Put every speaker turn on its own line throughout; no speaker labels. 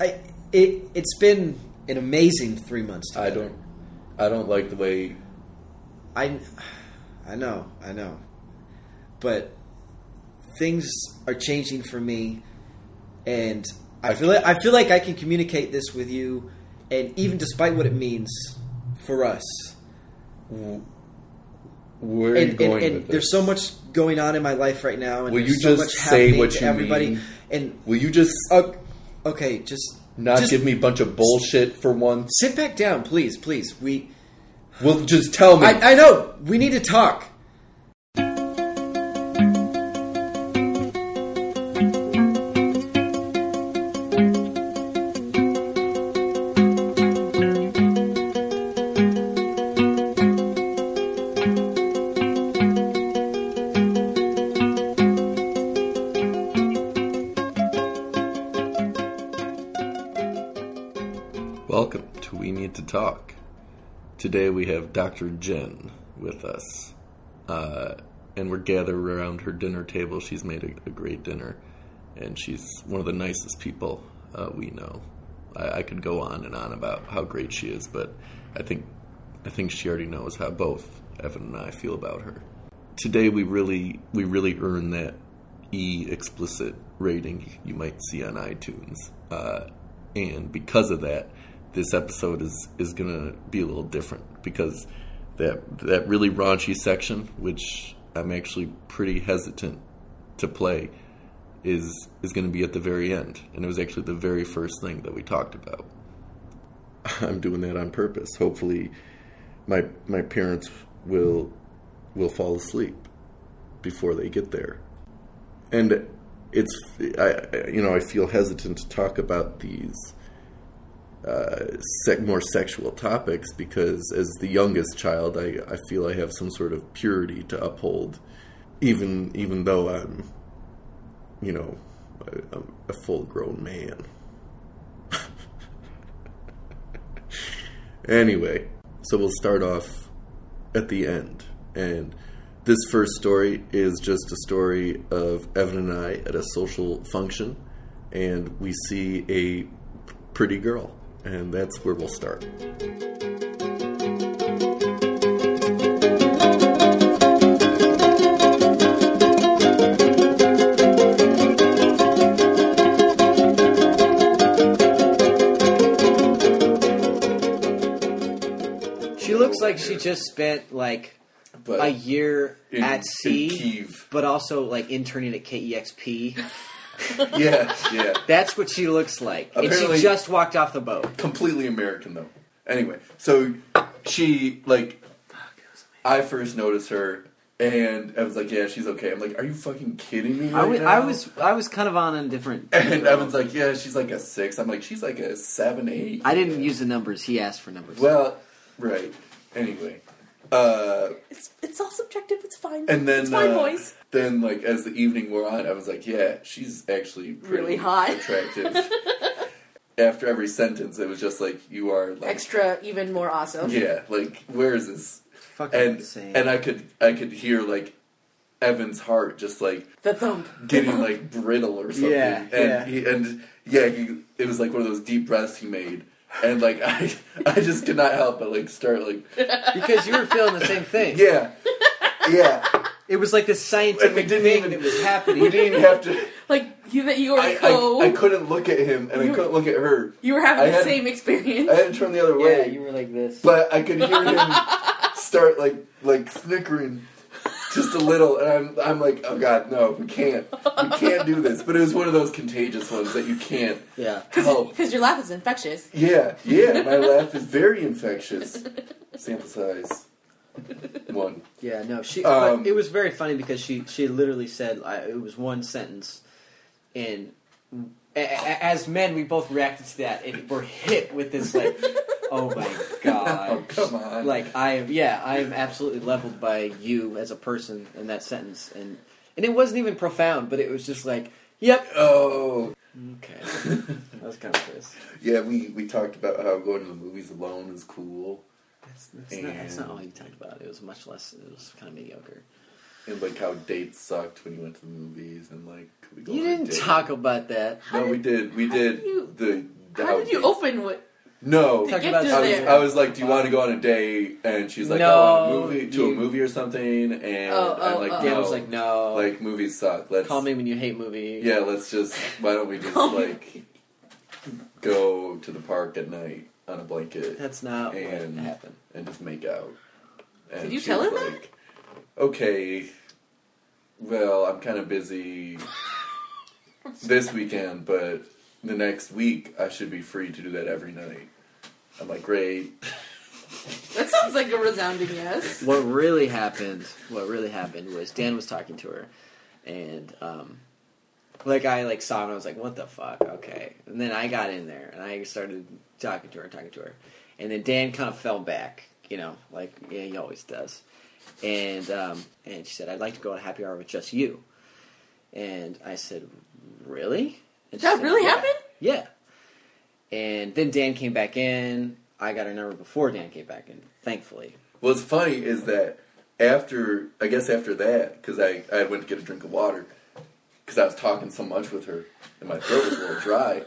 I, it it's been an amazing three months.
I
Together.
don't. I don't like the way.
I don't. I, I know. I know. But things are changing for me, and I feel like, I feel like I can communicate this with you, and even despite what it means for us,
Where are you
and,
going
and, and
with
there's
this?
so much going on in my life right now, and
Will you
there's so
just
much
say
happening
what
to
you
everybody,
mean?
and
Will you just
uh, okay, just
not
just
give me a bunch of bullshit for once?
sit back down, please, please. We
Well, just tell me.
I, I know. We need to talk.
Welcome to We Need to Talk. Today we have Dr. Jen with us, uh, and we're gathered around her dinner table. She's made a, a great dinner, and she's one of the nicest people uh, we know. I, I could go on and on about how great she is, but I think I think she already knows how both Evan and I feel about her. Today we really we really earn that E explicit rating you might see on iTunes. Uh, and because of that, this episode is is gonna be a little different because that that really raunchy section, which I'm actually pretty hesitant to play, is is gonna be at the very end, and it was actually the very first thing that we talked about. I'm doing that on purpose. Hopefully, my my parents will will fall asleep before they get there and it's I I- you know I feel hesitant to talk about these uh, sec- more sexual topics because as the youngest child I, I feel I have some sort of purity to uphold even even though I'm you know a, a full grown man anyway so we'll start off at the end. And this first story is just a story of Evan and I at a social function, and we see a p- pretty girl, and that's where we'll start.
She looks like she just spent like
But
a year
in- in
at sea,
Kiev.
but also like interning at KEXP.
yeah, yeah,
That's what she looks like, and
Apparently-
she just walked off the boat.
completely American though. Anyway, so she like I first noticed her, and I was like, "Yeah, she's okay." I'm like, "Are you fucking kidding me?" Right
I was,
now?
I was, I was kind of on a different.
and Evan's like, "Yeah, she's like a six. I'm like, "She's like a seven, eight.
I didn't use the numbers. He asked for numbers.
Well, right. Anyway, uh,
It's it's all subjective. It's fine.
and then
it's fine,
uh,
boys.
then like as the evening wore on, I was like, yeah, she's actually pretty
Really hot.
attractive. After every sentence, it was just like, you are like,
Extra, even more awesome.
yeah, like where is this?
fucking
And
insane.
and I could I could hear like Evan's heart just like
The thump.
getting like brittle or something.
Yeah,
and
yeah.
He, and yeah, he, it was like one of those deep breaths he made, and like I I just could not help but like start like
because you were feeling the same thing.
yeah. Yeah,
It was like this
And we
scientific
didn't
thing
even-
that was
we
happening.
didn't even have to.
Like you that you were
I,
co.
I, I couldn't look at him, and I
You-
couldn't look at her.
you were having
I
the
had-
same experience.
I had to turn the other
yeah,
way,
you were like this.
but I could hear him start like like snickering just a little, and I'm I'm like, oh god, no, we can't, we can't do this. But it was one of those contagious ones that you can't
yeah,
help.
Because your laugh is infectious.
Yeah, yeah, my laugh is very infectious. Sample size one.
yeah, no, she.
Um,
but it was very funny because she she literally said I, it was one sentence, and a, a, as men we both reacted to that and were hit with this like, oh my
Oh
god,
come on!
like I am yeah I am absolutely leveled by you as a person in that sentence and and it wasn't even profound but it was just like yep
oh
okay I was kind of pissed.
yeah, we we talked about how going to the movies alone is cool.
That's, that's, not, that's not all you talked about. It was much less. It was kind of mediocre.
and like how dates sucked when you went to the movies and like could we go
You
on a
didn't
date?
talk about that.
No, we did. We
how
did
did you-
the
How did you open with?
No.
To
I
get
about
to
something.
was,
there.
I was like, "Do you want to go on a date?" And she's like, "Oh,
No,
a movie to
you-
a movie or something." And
Oh,
I'm
oh,
like,
oh.
"No,
Dan
was like, no.
like movies suck. Let's
Call me when you hate movies.
yeah, let's just why don't we just
Call me.
like go to the park at night on a blanket
That's not
And-
what happened.
and just make out. And
Did you
she
tell
was
him that?
Okay, well, I'm kind of busy this weekend, but the next week I should be free to do that every night. I'm like, great.
That sounds like a resounding yes.
what really happened what really happened was dan was talking to her and um like i like saw him and i was like what the fuck okay and then i got in there and i started talking to her and talking to her and then dan kind of fell back you know like yeah he always does and um and she said i'd like to go on a happy hour with just you and i said really and she
That
said,
really
"Yeah."
happened?
yeah and then dan came back in i got her number before dan came back in thankfully
What's funny is that after, I guess after that, because I, I went to get a drink of water, because I was talking so much with her and my throat was a little dry.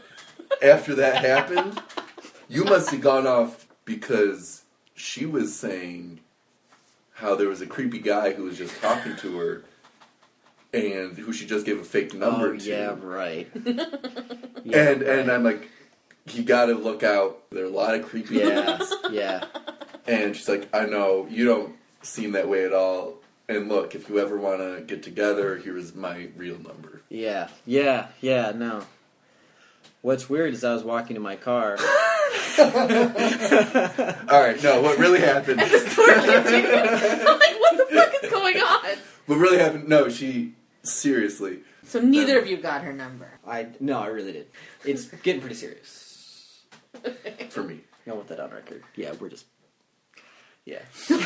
After that happened, you must have gone off because she was saying how there was a creepy guy who was just talking to her and who she just gave a fake number
oh,
to.
yeah, right.
and and I'm like, you gotta look out. There are a lot of creepy
yeah, yeah.
And she's like, I know, you don't seem that way at all. And look, if you ever want to get together, here is my real number.
Yeah, yeah, yeah, no. What's weird is I was walking to my car.
All right, no, what really happened?
The story continues. I'm like, what the fuck is going on?
what really happened? No, she, seriously.
So neither of you got her number.
I no, I really did. It's getting pretty serious.
For me.
I want that on record. Yeah, we're just yeah.
Oh,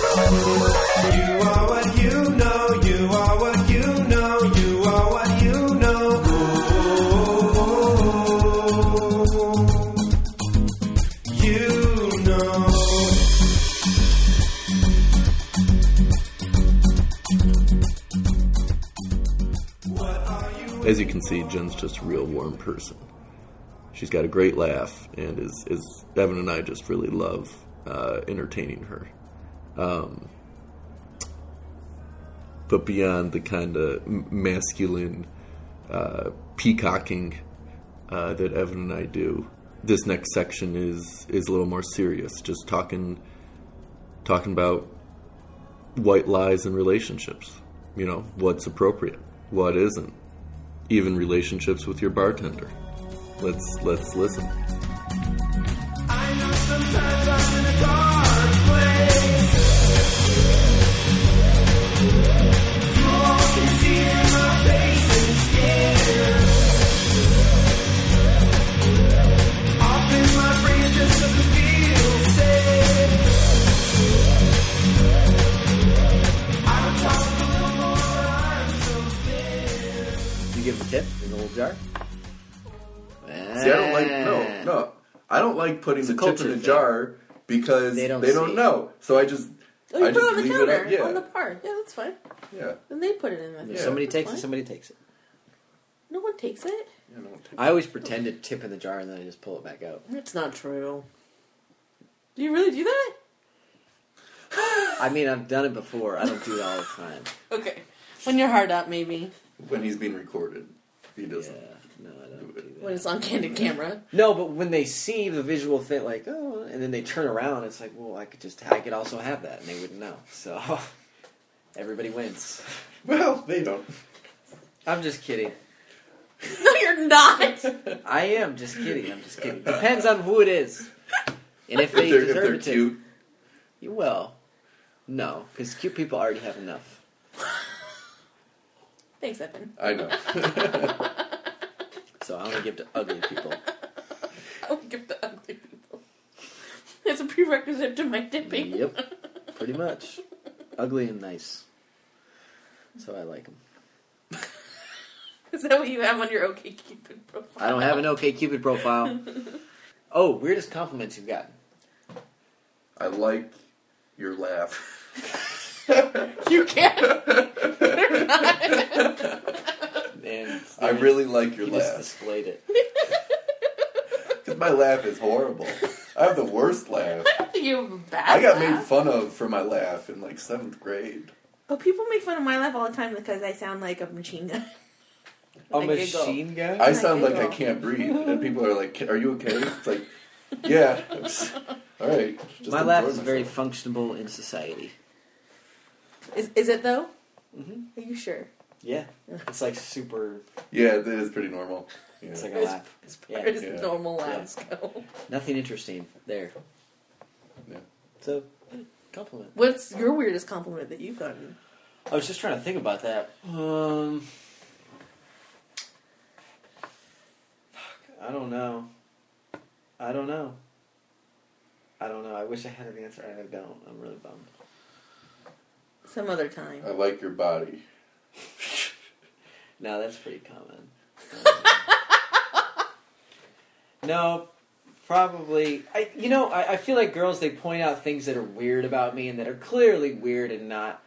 You are what you know, you are what you know, you are what you know. Oh, you know.
As you can see, Jen's just a real warm person. She's got a great laugh, and is, is Evan and I just really love uh, entertaining her. Um, but beyond the kind of masculine uh, peacocking uh, that Evan and I do, this next section is is a little more serious. Just talking talking about white lies in relationships. You know what's appropriate, what isn't even relationships with your bartender. Let's let's listen.
I know sometimes I'm in a dark place. You all can see it in my face and skin. Often my brain just doesn't feel safe. I don't talk a little more, I'm so thin.
You give him a tip in the little jar.
See, I don't like, no, no. I don't like putting the tip
culture
in the
thing.
jar because
They
they
don't
don't,
see.
know. So I just,
Oh, you
I
put
just
it on the
leave
counter
it up.
on the
Yeah,
bar. Yeah, that's fine.
yeah.
Then they put it in. With
If
you.
Yeah.
somebody takes
That's
it,
fine.
somebody takes it.
No one takes it.
You know,
I always pretend to tip in the jar and then I just pull it back out.
That's not true. Do you really do that?
I mean, I've done it before. I don't do it all the time.
Okay. When you're hard up, maybe.
when he's being recorded, he
Yeah,
doesn't.
no, I don't do that.
When it's on candid camera.
No, but when they see the visual thing, like oh, and then they turn around, it's like, well, I could just, I could also have that, and they wouldn't know. So everybody wins.
Well, they don't.
I'm just kidding.
No, you're not.
I am just kidding. I'm just kidding. Depends on who it is, and if
If
they
they're, if
deserve
they're
it.
cute,
You will. No, because cute people already have enough.
Thanks, Evan.
I know.
So I only give to ugly people.
I don't give the ugly people. That's a prerequisite to my dipping.
Yep, pretty much. Ugly and nice. So I like them.
Is that what you have on your OK Cupid profile?
I don't have an OK Cupid profile. Oh, weirdest compliments you've gotten.
I like your laugh.
You can't.
And
I really like your
he just
laugh.
displayed it.
Because my laugh is horrible. I have the worst laugh.
you have a bad
I got
laugh.
made fun of for my laugh in like seventh grade.
But people make fun of my laugh all the time because I sound like a machine gun.
A
I giggle.
machine gun.
I sound like I
giggle.
can't breathe, and people are like, "Are you okay?" It's like, "Yeah, all right." just
My laugh
enjoy
is very
myself."
functional in society.
Is, is it though?
Mhm.
Are you sure?
Yeah, it's like super.
Yeah, that is pretty normal. Yeah.
It's like a
As,
laugh.
as far
Yeah.
as
Yeah.
normal laughs go.
Nothing interesting there.
Yeah.
So, compliment.
What's your weirdest compliment that you've gotten?
I was just trying to think about that. Um, fuck, I don't know. I don't know. I don't know. I wish I had an answer, and I don't. I'm really bummed.
Some other time.
I like your body.
No, that's pretty common. Um, no, probably. I, you know, I, I feel like girls they point out things that are weird about me and that are clearly weird and not,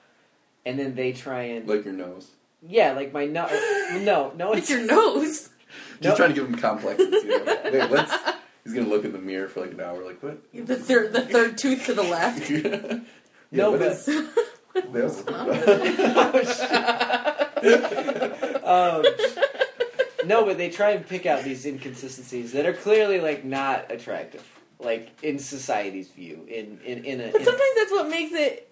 and then they try and
Like your nose.
yeah, like my no, no, no.
With
It's
your nose.
Just
No.
trying to give him complexes. You know? Wait, what's? He's gonna look in the mirror for like an hour. Like what?
The third, the third tooth to the left.
yeah,
No,
what
but-
is that?
Oh, um, no, but they try and pick out these inconsistencies that are clearly like not attractive, like in society's view. In in in a
But
in-
sometimes that's what makes it.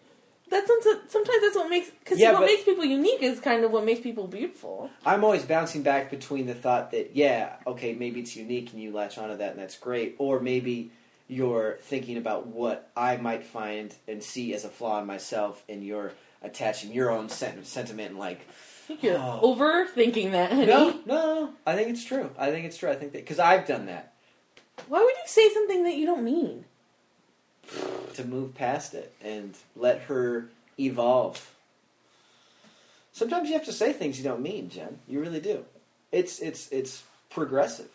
That's some- sometimes that's what makes because
Yeah,
what
but-
makes people unique is kind of what makes people beautiful.
I'm always bouncing back between the thought that yeah, okay, maybe it's unique and you latch onto that and that's great, or maybe you're thinking about what I might find and see as a flaw in myself, and you're attaching your own sen- sentiment and like
I think you're
Oh.
overthinking that. Honey.
no, no, I think it's true. I think it's true. I think that because I've done that
Why would you say something that you don't mean?
to move past it and let her evolve. Sometimes you have to say things you don't mean, Jen. You really do. It's it's it's progressive.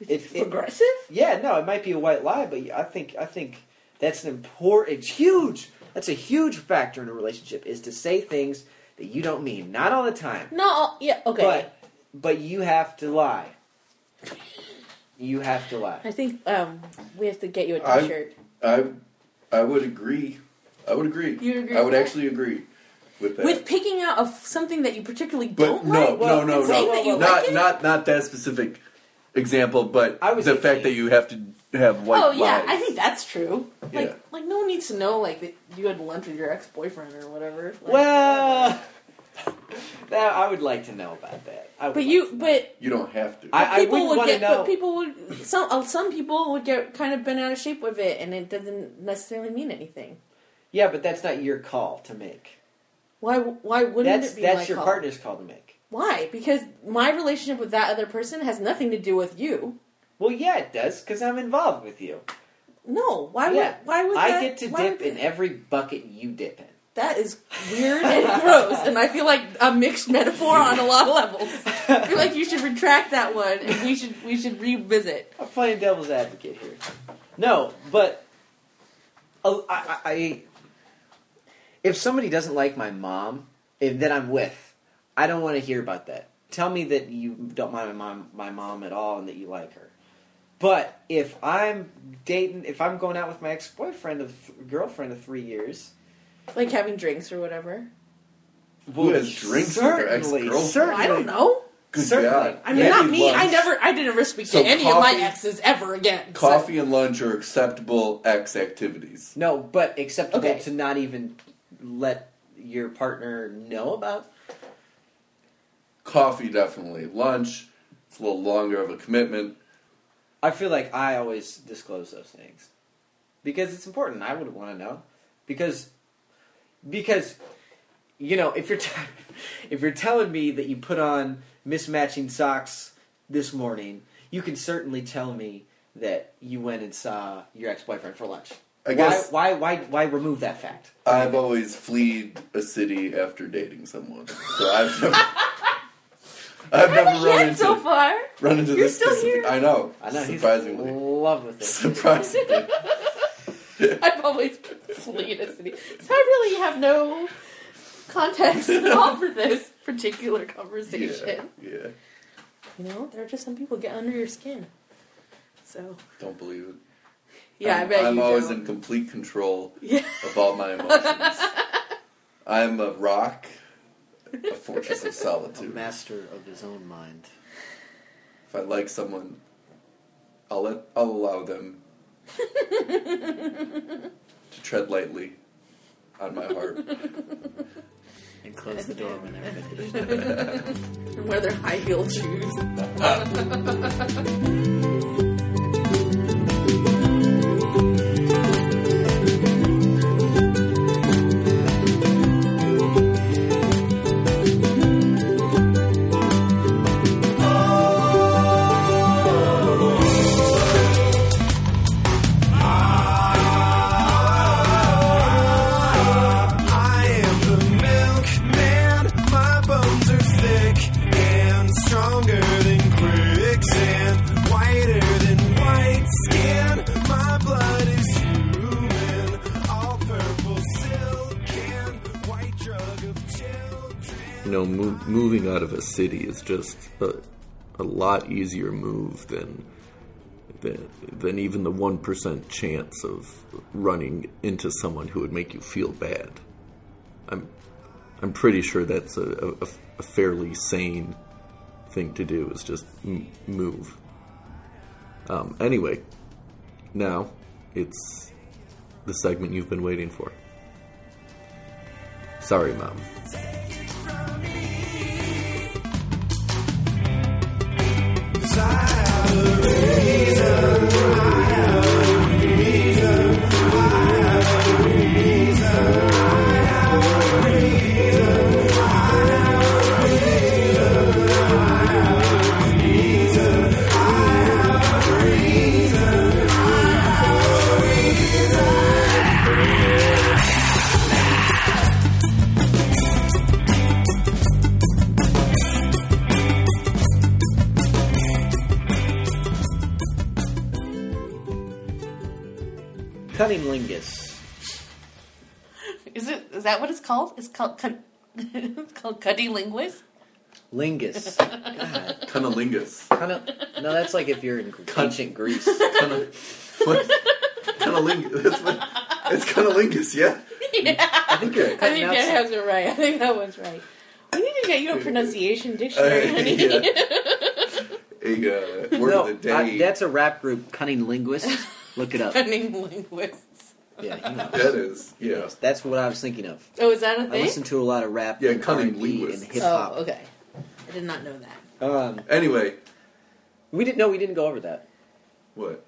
It's
It- it-
progressive.
Yeah, no, it might be a white lie, but I think I think that's an important, it's huge. That's a huge factor in a relationship is to say things that you don't mean, not all the time,
Not all. Yeah. Okay.
but but you have to lie. You have to lie.
I think um, we have to get you a
I'm-
T-shirt.
I, I would agree. I would agree.
You'd agree
I would
with that?
actually agree with that.
with picking out of something that you particularly
But
don't
no,
like.
Well,
no, no,
and saying
no,
that you
not
like it?
not not that specific example, but
I was
the
thinking-
fact that you have to have white.
oh yeah,
lies.
I think that's true. Like,
Yeah.
like no one needs to know like that you had lunch with your ex-boyfriend or whatever. Like,
Well, that, I would like to know about that. I would
but
like
you,
to know.
but
you don't have to.
I, I
people
would
would
want to
get,
know.
but people would some uh, some people would get kind of bent out of shape with it, and it doesn't necessarily mean anything.
yeah, but that's not your call to make.
Why? Why wouldn't
That's
it be
that's
my
your
call?
partner's call to make.
Why? Because my relationship with that other person has nothing to do with you.
Well, yeah, it does because I'm involved with you.
No. Why
Yeah.
would? Why would
I
that-
get to
why
dip
would-
in every bucket you dip in.
That is weird and gross, and I feel like a mixed metaphor on a lot of levels. I feel like you should retract that one, and we should we should revisit.
I'm playing devil's advocate here. No, but uh, I, I, I- if somebody doesn't like my mom, if, that I'm with, I don't want to hear about that. Tell me that you don't mind my mom, my mom at all, and that you like her. But if I'm dating, if I'm going out with my ex boyfriend of girlfriend of three years,
Like having drinks or whatever.
Who has drinks with their
certainly,
ex-girlfriend?
certainly,
I don't know.
Good
certainly.
God.
I mean,
Maybe
not me. I
lunch-
never. I didn't ever speak
So
to any of my
coffee-
exes ever again. So-
Coffee and lunch are acceptable ex activities.
No, but acceptable
Okay.
to not even let your partner know about
Coffee definitely. Lunch, it's a little longer of a commitment.
I feel like I always disclose those things because it's important. I would want to know because because you know if you're t- if you're telling me that you put on mismatching socks this morning, you can certainly tell me that you went and saw your ex boyfriend for lunch.
I guess-
why why why why remove that fact?
I've always fleed a city after dating someone, so I've never, I've
Where have
never
you
run
been
into,
so far?
run into
You're
this
still
specific.
here.
I know.
I know he's
surprisingly,
in love with it.
surprisingly,
I've always been fleeing a city. So I really have no context at all for this particular conversation.
yeah, yeah.
You know, there are just some people get under your skin. So
Don't believe it.
yeah,
I'm,
I bet
I'm
you
always
don't.
in complete control
Yeah.
of all my emotions. I'm a rock, a fortress of
A
Oh,
solitude.
master of his own mind.
If I like someone, I'll let I'll allow them to tread lightly on my heart.
And close the door when they're finished.
and wear their high heel shoes.
I am the milkman. My bones are thick and stronger than quicksand, whiter than white skin. My blood is human, all purple silk and white drug of children.
you know, move, moving out of a city is just a, a lot easier move than than, than even the one percent chance of running into someone who would make you feel bad. I'm I'm pretty sure that's a, a, a fairly sane thing to do is just m- move. Um, anyway, now it's the segment you've been waiting for. Sorry, mom.
Cunning lingus.
Is it? Is that what it's called? It's called cut. it's called cutty linguist.
Lingus. God.
Cunnilingus.
Cunna- no, that's like if you're in ancient Greece.
Cunna- what? Cunnilingus. That's what, it's cunnilingus, yeah?
yeah.
Okay.
I think
Cutting
Dan
out-
has it right. I think that was right. We need to get you a pronunciation dictionary,
Uh,
honey.
A uh, word
no,
of the day.
I- that's a rap group, Cunning Linguists. Look it up.
Cutting linguists.
Yeah, he knows.
that is, yeah.
That's what I was thinking of.
Oh, is that a
I
thing?
listen to a lot of rap
Yeah,
and
cunning
R&B
linguists.
and hip
oh,
hop.
okay. I did not know that.
Um,
Anyway,
we didn't. No, we didn't go over that.
what?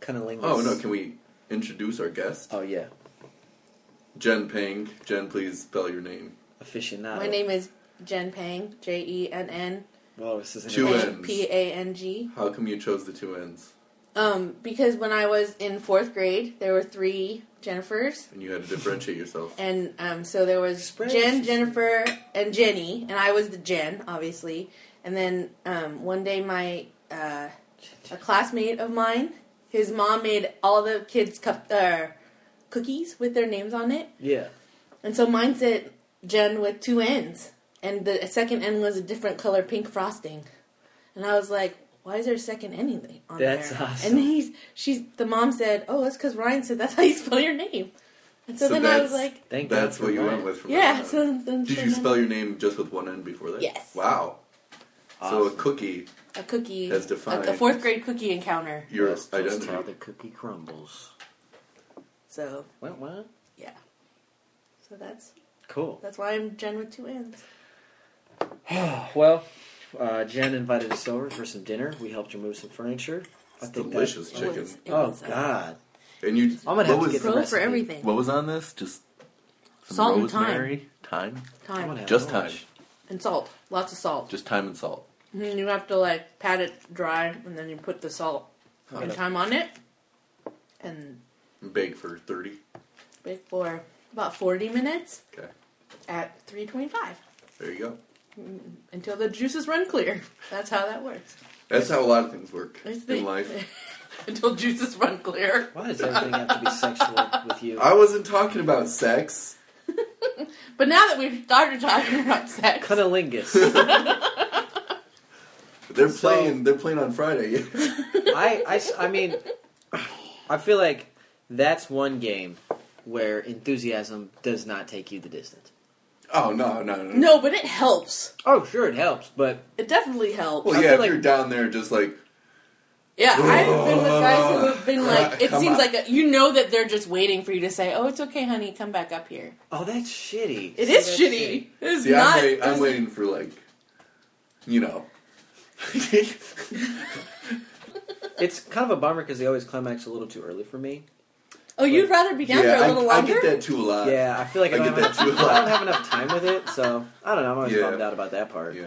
Cunning lingus.
Oh, no, can we introduce our guest?
Oh yeah,
Jen Pang. Jen, please spell your name.
aficionado.
My name is Jen Pang. J E N N
Well, Oh, this isn't.
Two
it.
Ns.
P A N G.
How come you chose the two ends?
Um, because when I was in fourth grade, there were three Jennifers,
And you had to differentiate yourself.
and um, so there was
Spread
Jen,
yourself.
Jennifer, and Jenny, and I was the Jen, obviously. And then um, one day, my uh, a classmate of mine, his mom made all the kids cup uh, cookies with their names on it,
Yeah.
and so mine said Jen with two N's, and the second N was a different color pink frosting, and I was like. Why is there a second N in the- on
That's
there?
awesome.
And he's she's the mom said, "Oh, that's because Ryan said that's how you spell your name." And so,
So
then I was
that's-
like,
Thank God
That's
for
what you
that.
went with from
yeah.
that
So,
on.
then-
Did
so
you
then
spell your name just with one N before that?
Yes.
Wow. So a
Awesome.
cookie
a cookie?
as
like
defined.
a fourth grade cookie encounter.
Your
That's just how the
identity.
cookie crumbles.
So
What? What?
yeah. So that's
Cool.
that's why I'm Jen with two N's.
Well, uh, Jen invited us over for some dinner. We helped her move some furniture. I
It's
think that-
delicious
It
chicken.
was- it
oh
was, uh,
God.
And you.
I'm gonna
what
have to
was,
get the
Pro for
recipe.
everything.
What was on this? Just some
Salt and thyme.
rosemary, thyme,
I'm
Time
gonna have
just
lunch.
thyme,
and salt. Lots of salt.
just thyme and salt.
And then you have to like pat it dry, and then you put the salt and time on it, and
Bake for thirty.
bake for about forty minutes
Okay,
at three twenty-five.
there you go.
until the juices run clear. That's how that works.
That's how a lot of things work
It's the-
in life.
until juices run clear.
Why does everything have to be sexual with you?
I wasn't talking about sex.
But now that we've started talking about sex,
Cunnilingus.
They're
So-
playing. They're playing on Friday.
I, I s- I mean, I feel like that's one game where enthusiasm does not take you the distance.
oh no, no, no,
no, but it helps.
Oh, sure, it helps, but
It definitely helps.
Well,
I
yeah,
feel
if
like-
you're down there, just like
Yeah, I've been with guys who have been like, it
Come
seems
on.
like a, you know that they're just waiting for you to say, "Oh, it's okay, honey, come back up here."
oh, that's shitty.
It
See,
is
that's
shitty. It is
see,
not.
I'm, wait, I'm
it's-
waiting for like, you know,
It's kind of a bummer because they always climax a little too early for me.
Oh, you'd rather be down there
yeah,
a
I,
little
I
longer.
get that too a lot.
Yeah, I feel like I,
Uh, I
don't,
get
have,
that too a lot.
I don't have enough time with it, so I don't know. I'm always
Yeah.
bummed out about that part.
yeah.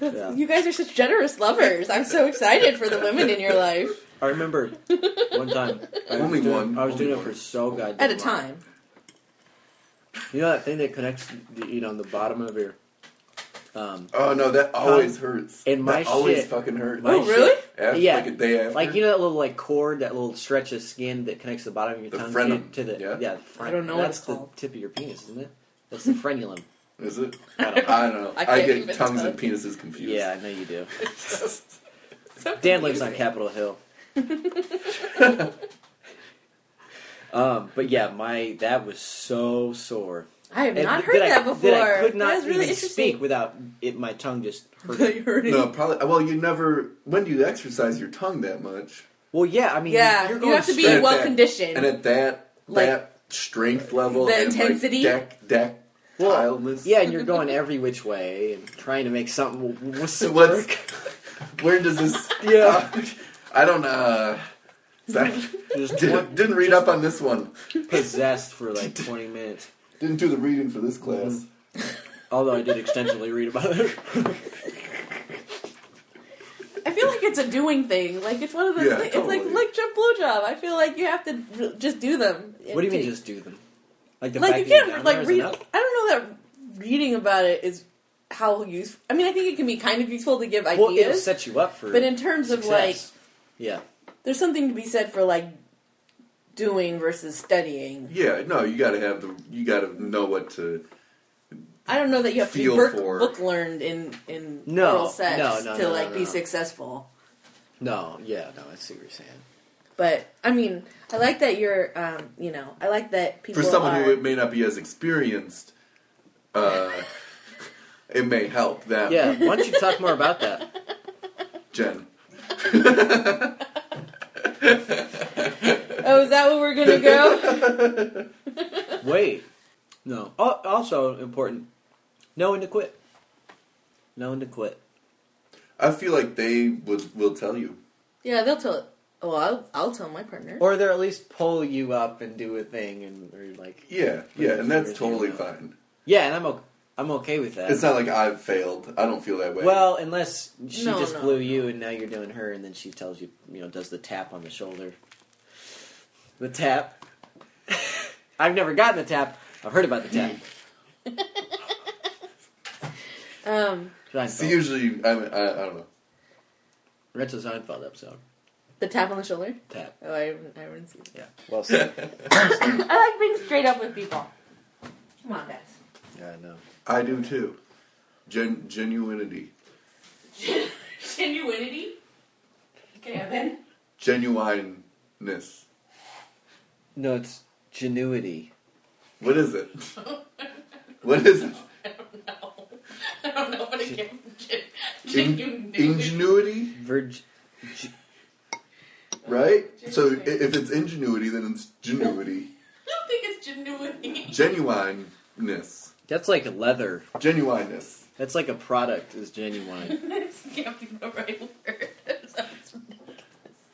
Yeah.
You guys are such generous lovers. I'm so excited for the women in your life
I remember one time. I was
Only
doing-
one.
I was
Only
doing it
one.
for so goddamn
at a
long.
time.
You know that thing that connects, the, you know, the bottom of your. Um,
Oh no, that always hurts.
And my
that always
shit-
fucking hurts.
my
Oh, really?
After,
Yeah.
like a day after.
like you know that little like cord, that little stretch of skin that connects the bottom of your
The
tongue
frenum,
to, to the
yeah.
yeah. the fren-
I don't know what
That's
it's
the
called.
tip of your penis, isn't it? That's the frenulum.
Is it?
I don't know.
I don't know.
I
I,
can't even
get tongues
tell.
and penises confused.
yeah, I know you do.
So
Dan lives on
confusing.
Capitol Hill. um, but yeah, my that was so sore.
I have
And th-
not heard
I-
that before.
That I could not
That's really
even speak
interesting.
without it. My tongue just
That
hurt.
you heard it.
No, probably. Well, you never. When do you exercise your tongue that much?
well, yeah, I mean,
Yeah,
you're
you
going
have to be
straight-
straight
well
back.
conditioned.
And at that
Like-
that strength level,
The
and
intensity?
like deck deck
well,
tileness.
yeah, and you're going every which way and trying to make something w- w-
So
work.
what's where does this?
Yeah.
I don't. uh is that-
Just
didn't, didn't read up on this one.
possessed for like 20 minutes.
Didn't do the reading for this
Mm-hmm.
class.
Although I did extensively read about it.
I feel like it's a doing thing. Like it's one of those.
Yeah,
things. It's
totally.
like lick, jump, blowjob. I feel like you have to r- just do them.
what do you mean,
Take-
just do them? Like the
like
fact
you
that you're down
can't like
there is
read.
enough?
I don't know that reading about it is how useful. I mean, I think it can be kind of useful to give
Well, it'll
ideas,
set you up for.
but in terms of like,
success. yeah,
there's something to be said for like doing versus studying.
Yeah, no, you got to have the. You got to know what to.
I don't know that you have to
Feel
be book,
for-
book learned in in
No,
oral sex
no, no,
to
no, no,
like
no,
be
no.
successful.
no, yeah, no, I see what you're saying.
But I mean, I like that you're, um, you know, I like that people
For someone
are,
who may not be as experienced, uh, it may help them.
Yeah, why don't you talk more about that?
Jen.
Oh, is that where we're gonna go?
Wait, no. Al- Also important, knowing to quit. Knowing to quit.
I feel like they would will tell you.
yeah, they'll tell. Well, I'll, I'll tell my partner.
Or they're at least pull you up and do a thing, and or like,
Yeah, yeah, and that's totally
Yeah.
fine.
yeah, and I'm okay. I'm okay with that.
It's not like I've failed. I don't feel that way.
Well, unless she
No,
just
no,
blew
no.
you and now you're doing her, and then she tells you, you know, does the tap on the shoulder. The tap. I've never gotten the tap. I've heard about the tap.
Um,
Seinfeld.
see, usually I, mean, I, I don't know.
That's a Seinfeld episode.
the tap on the shoulder.
Tap.
Oh, I haven't, I haven't seen.
Yeah. Well said.
I like being straight up with people. Come on, guys.
yeah, I know.
I do too. Gen- genuinity,
Genuinity. Okay, Evan.
genuineness.
No, it's genuity.
What is it? what is it?
I don't know what to give.
In- ingenuity,
Virg. G-
right? So i- if it's ingenuity, then it's genuity,
don't think it's genuinity.
genuineness,
That's like a leather.
genuineness.
That's like a product is genuine.
this can't be the right word.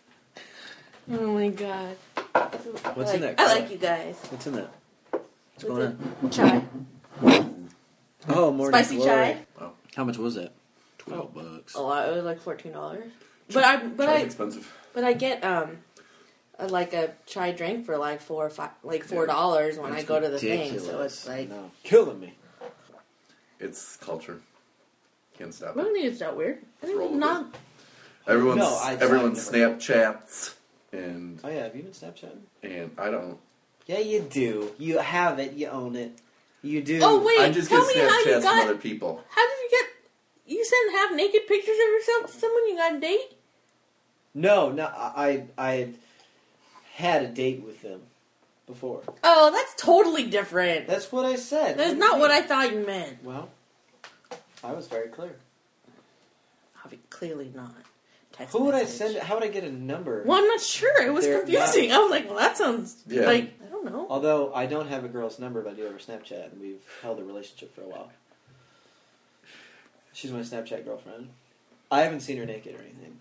oh my god.
What's
I
in
like-
that?
I like you guys.
What's in that? What's
What's
going on?
Chai.
Oh, morning
Spicy
glory.
chai.
How much was it? Twelve bucks.
A lot. It was like fourteen dollars. But I but
That's
I
expensive.
but I get um a, like a chai drink for like four or five like four dollars when I go to the thing. So
Ridiculous.
it's like
No. killing me.
It's culture. Can't stop
I
it.
don't think it's that weird. I
Roll
think
with
not.
Everyone's
No, I-
everyone
I've
Snapchats and
Oh yeah, have you been Snapchatting?
and I don't.
Yeah, you do. You have it. You own it. You do.
Oh wait,
I just get
tell me how you
Snapchats from
got.
other people.
How did you get? You sent half naked pictures of yourself to someone you got a date?
No, no. I I I've had a date with them before.
Oh, that's totally different.
That's what I said.
That's
do you
not what I
mean?
thought you meant.
Well, I was very clear.
Obvi- Clearly not. Text
Who would I
message.
send? How would I get a number?
Well, I'm not sure. It was
They're
confusing. I was like, well, that sounds
Yeah.
like I don't know.
Although I don't have a girl's number, but I do have her Snapchat, and we've held a relationship for a while. She's my Snapchat girlfriend. I haven't seen her naked or anything.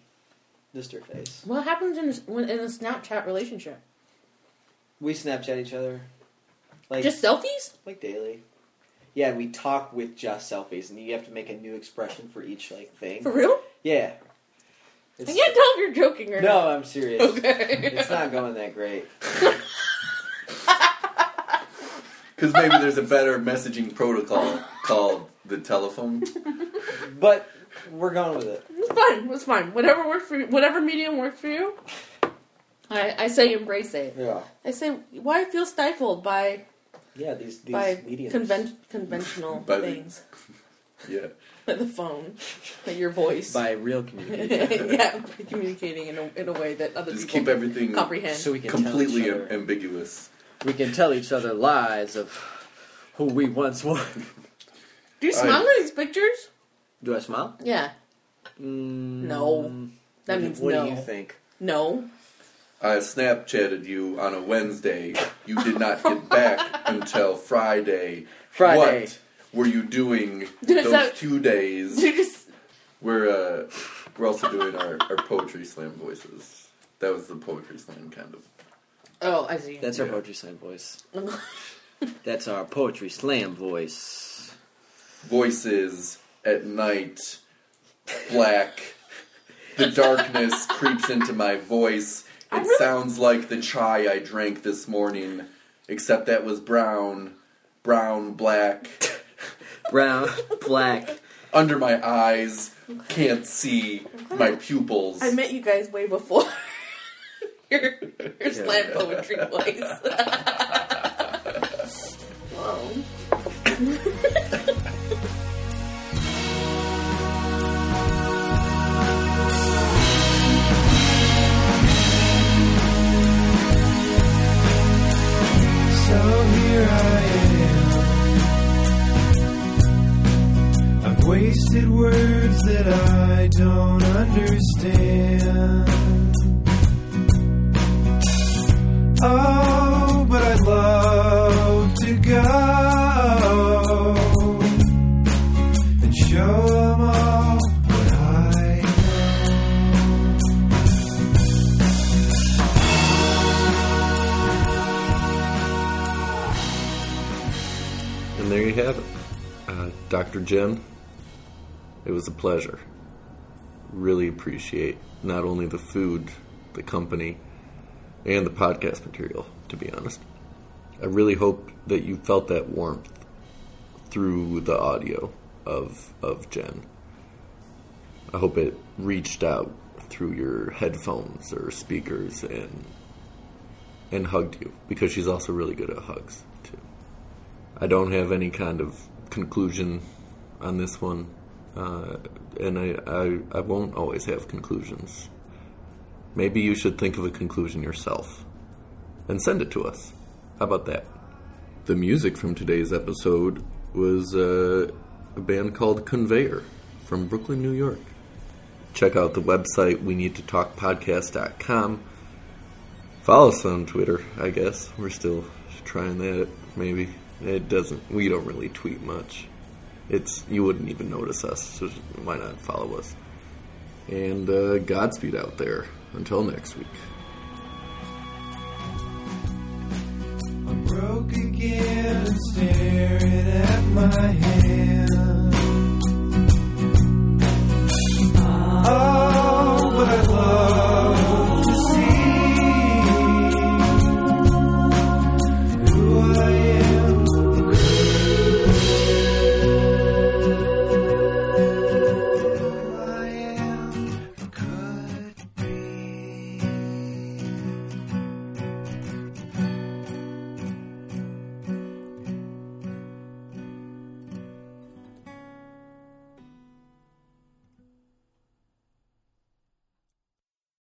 Just her face.
What happens in when in a Snapchat relationship?
We Snapchat each other, like
Just selfies?
like daily. Yeah, we talk with just selfies, and you have to make a new expression for each like thing.
For real?
Yeah.
I
It's-
can't tell if you're joking or
no, I'm serious.
not. Okay.
It's not going that great.
Because maybe there's a better messaging protocol called the telephone.
But we're going with it.
It's fine. It's fine. Whatever works for you, whatever medium works for you. I, I say embrace it.
Yeah.
I say why feel stifled by
Yeah, these, these
by
mediums.
conven- conventional
By the-
things,
Yeah.
by the phone, by your voice.
By real community.
yeah, by communicating in a, in a way that other
Just keep
people
everything
comprehend.
so we can
completely
tell each
am-
other.
ambiguous.
we can tell each other lies of who we once were.
Do you smile in these pictures?
Do I smile?
Yeah.
Mm,
No. That means
what
no.
do you think?
No.
I Snapchatted you on a Wednesday. You did not get back until Friday.
Friday.
What were you doing
Does
those
that-
two days?
You just
We're uh, we're also doing our, our poetry slam voices. That was the poetry slam kind of.
Oh, I see.
That's our
Yeah.
poetry slam voice. That's our poetry slam voice.
voices at night, black. The darkness creeps into my voice. It
really-
sounds like the chai I drank this morning, except that was brown, brown, black.
Brown, black.
Under my eyes, can't see my pupils.
I met you guys way before your, your slam
Yeah.
poetry place. Whoa.
So here I am. I've wasted words that I don't understand. Oh, but I'd love to go and show them all what I know.
And there you have it. Uh, Dr. Jen, it was a pleasure. Really appreciate not only the food, the company, and the podcast material, to be honest. I really hope that you felt that warmth through the audio of, of Jen. I hope it reached out through your headphones or speakers and and hugged you because she's also really good at hugs too. I don't have any kind of conclusion on this one, uh, and I, I I won't always have conclusions. Maybe you should think of a conclusion yourself and send it to us. How about that? The music from today's episode was uh, a band called Conveyor from Brooklyn, New York. Check out the website we need to talk podcast.com. Follow us on Twitter, I guess. We're still trying that, maybe. It doesn't, we don't really tweet much. It's, you wouldn't even notice us, so why not follow us? And uh, Godspeed out there. Until next week.
I'm broke again and staring at my head. Oh,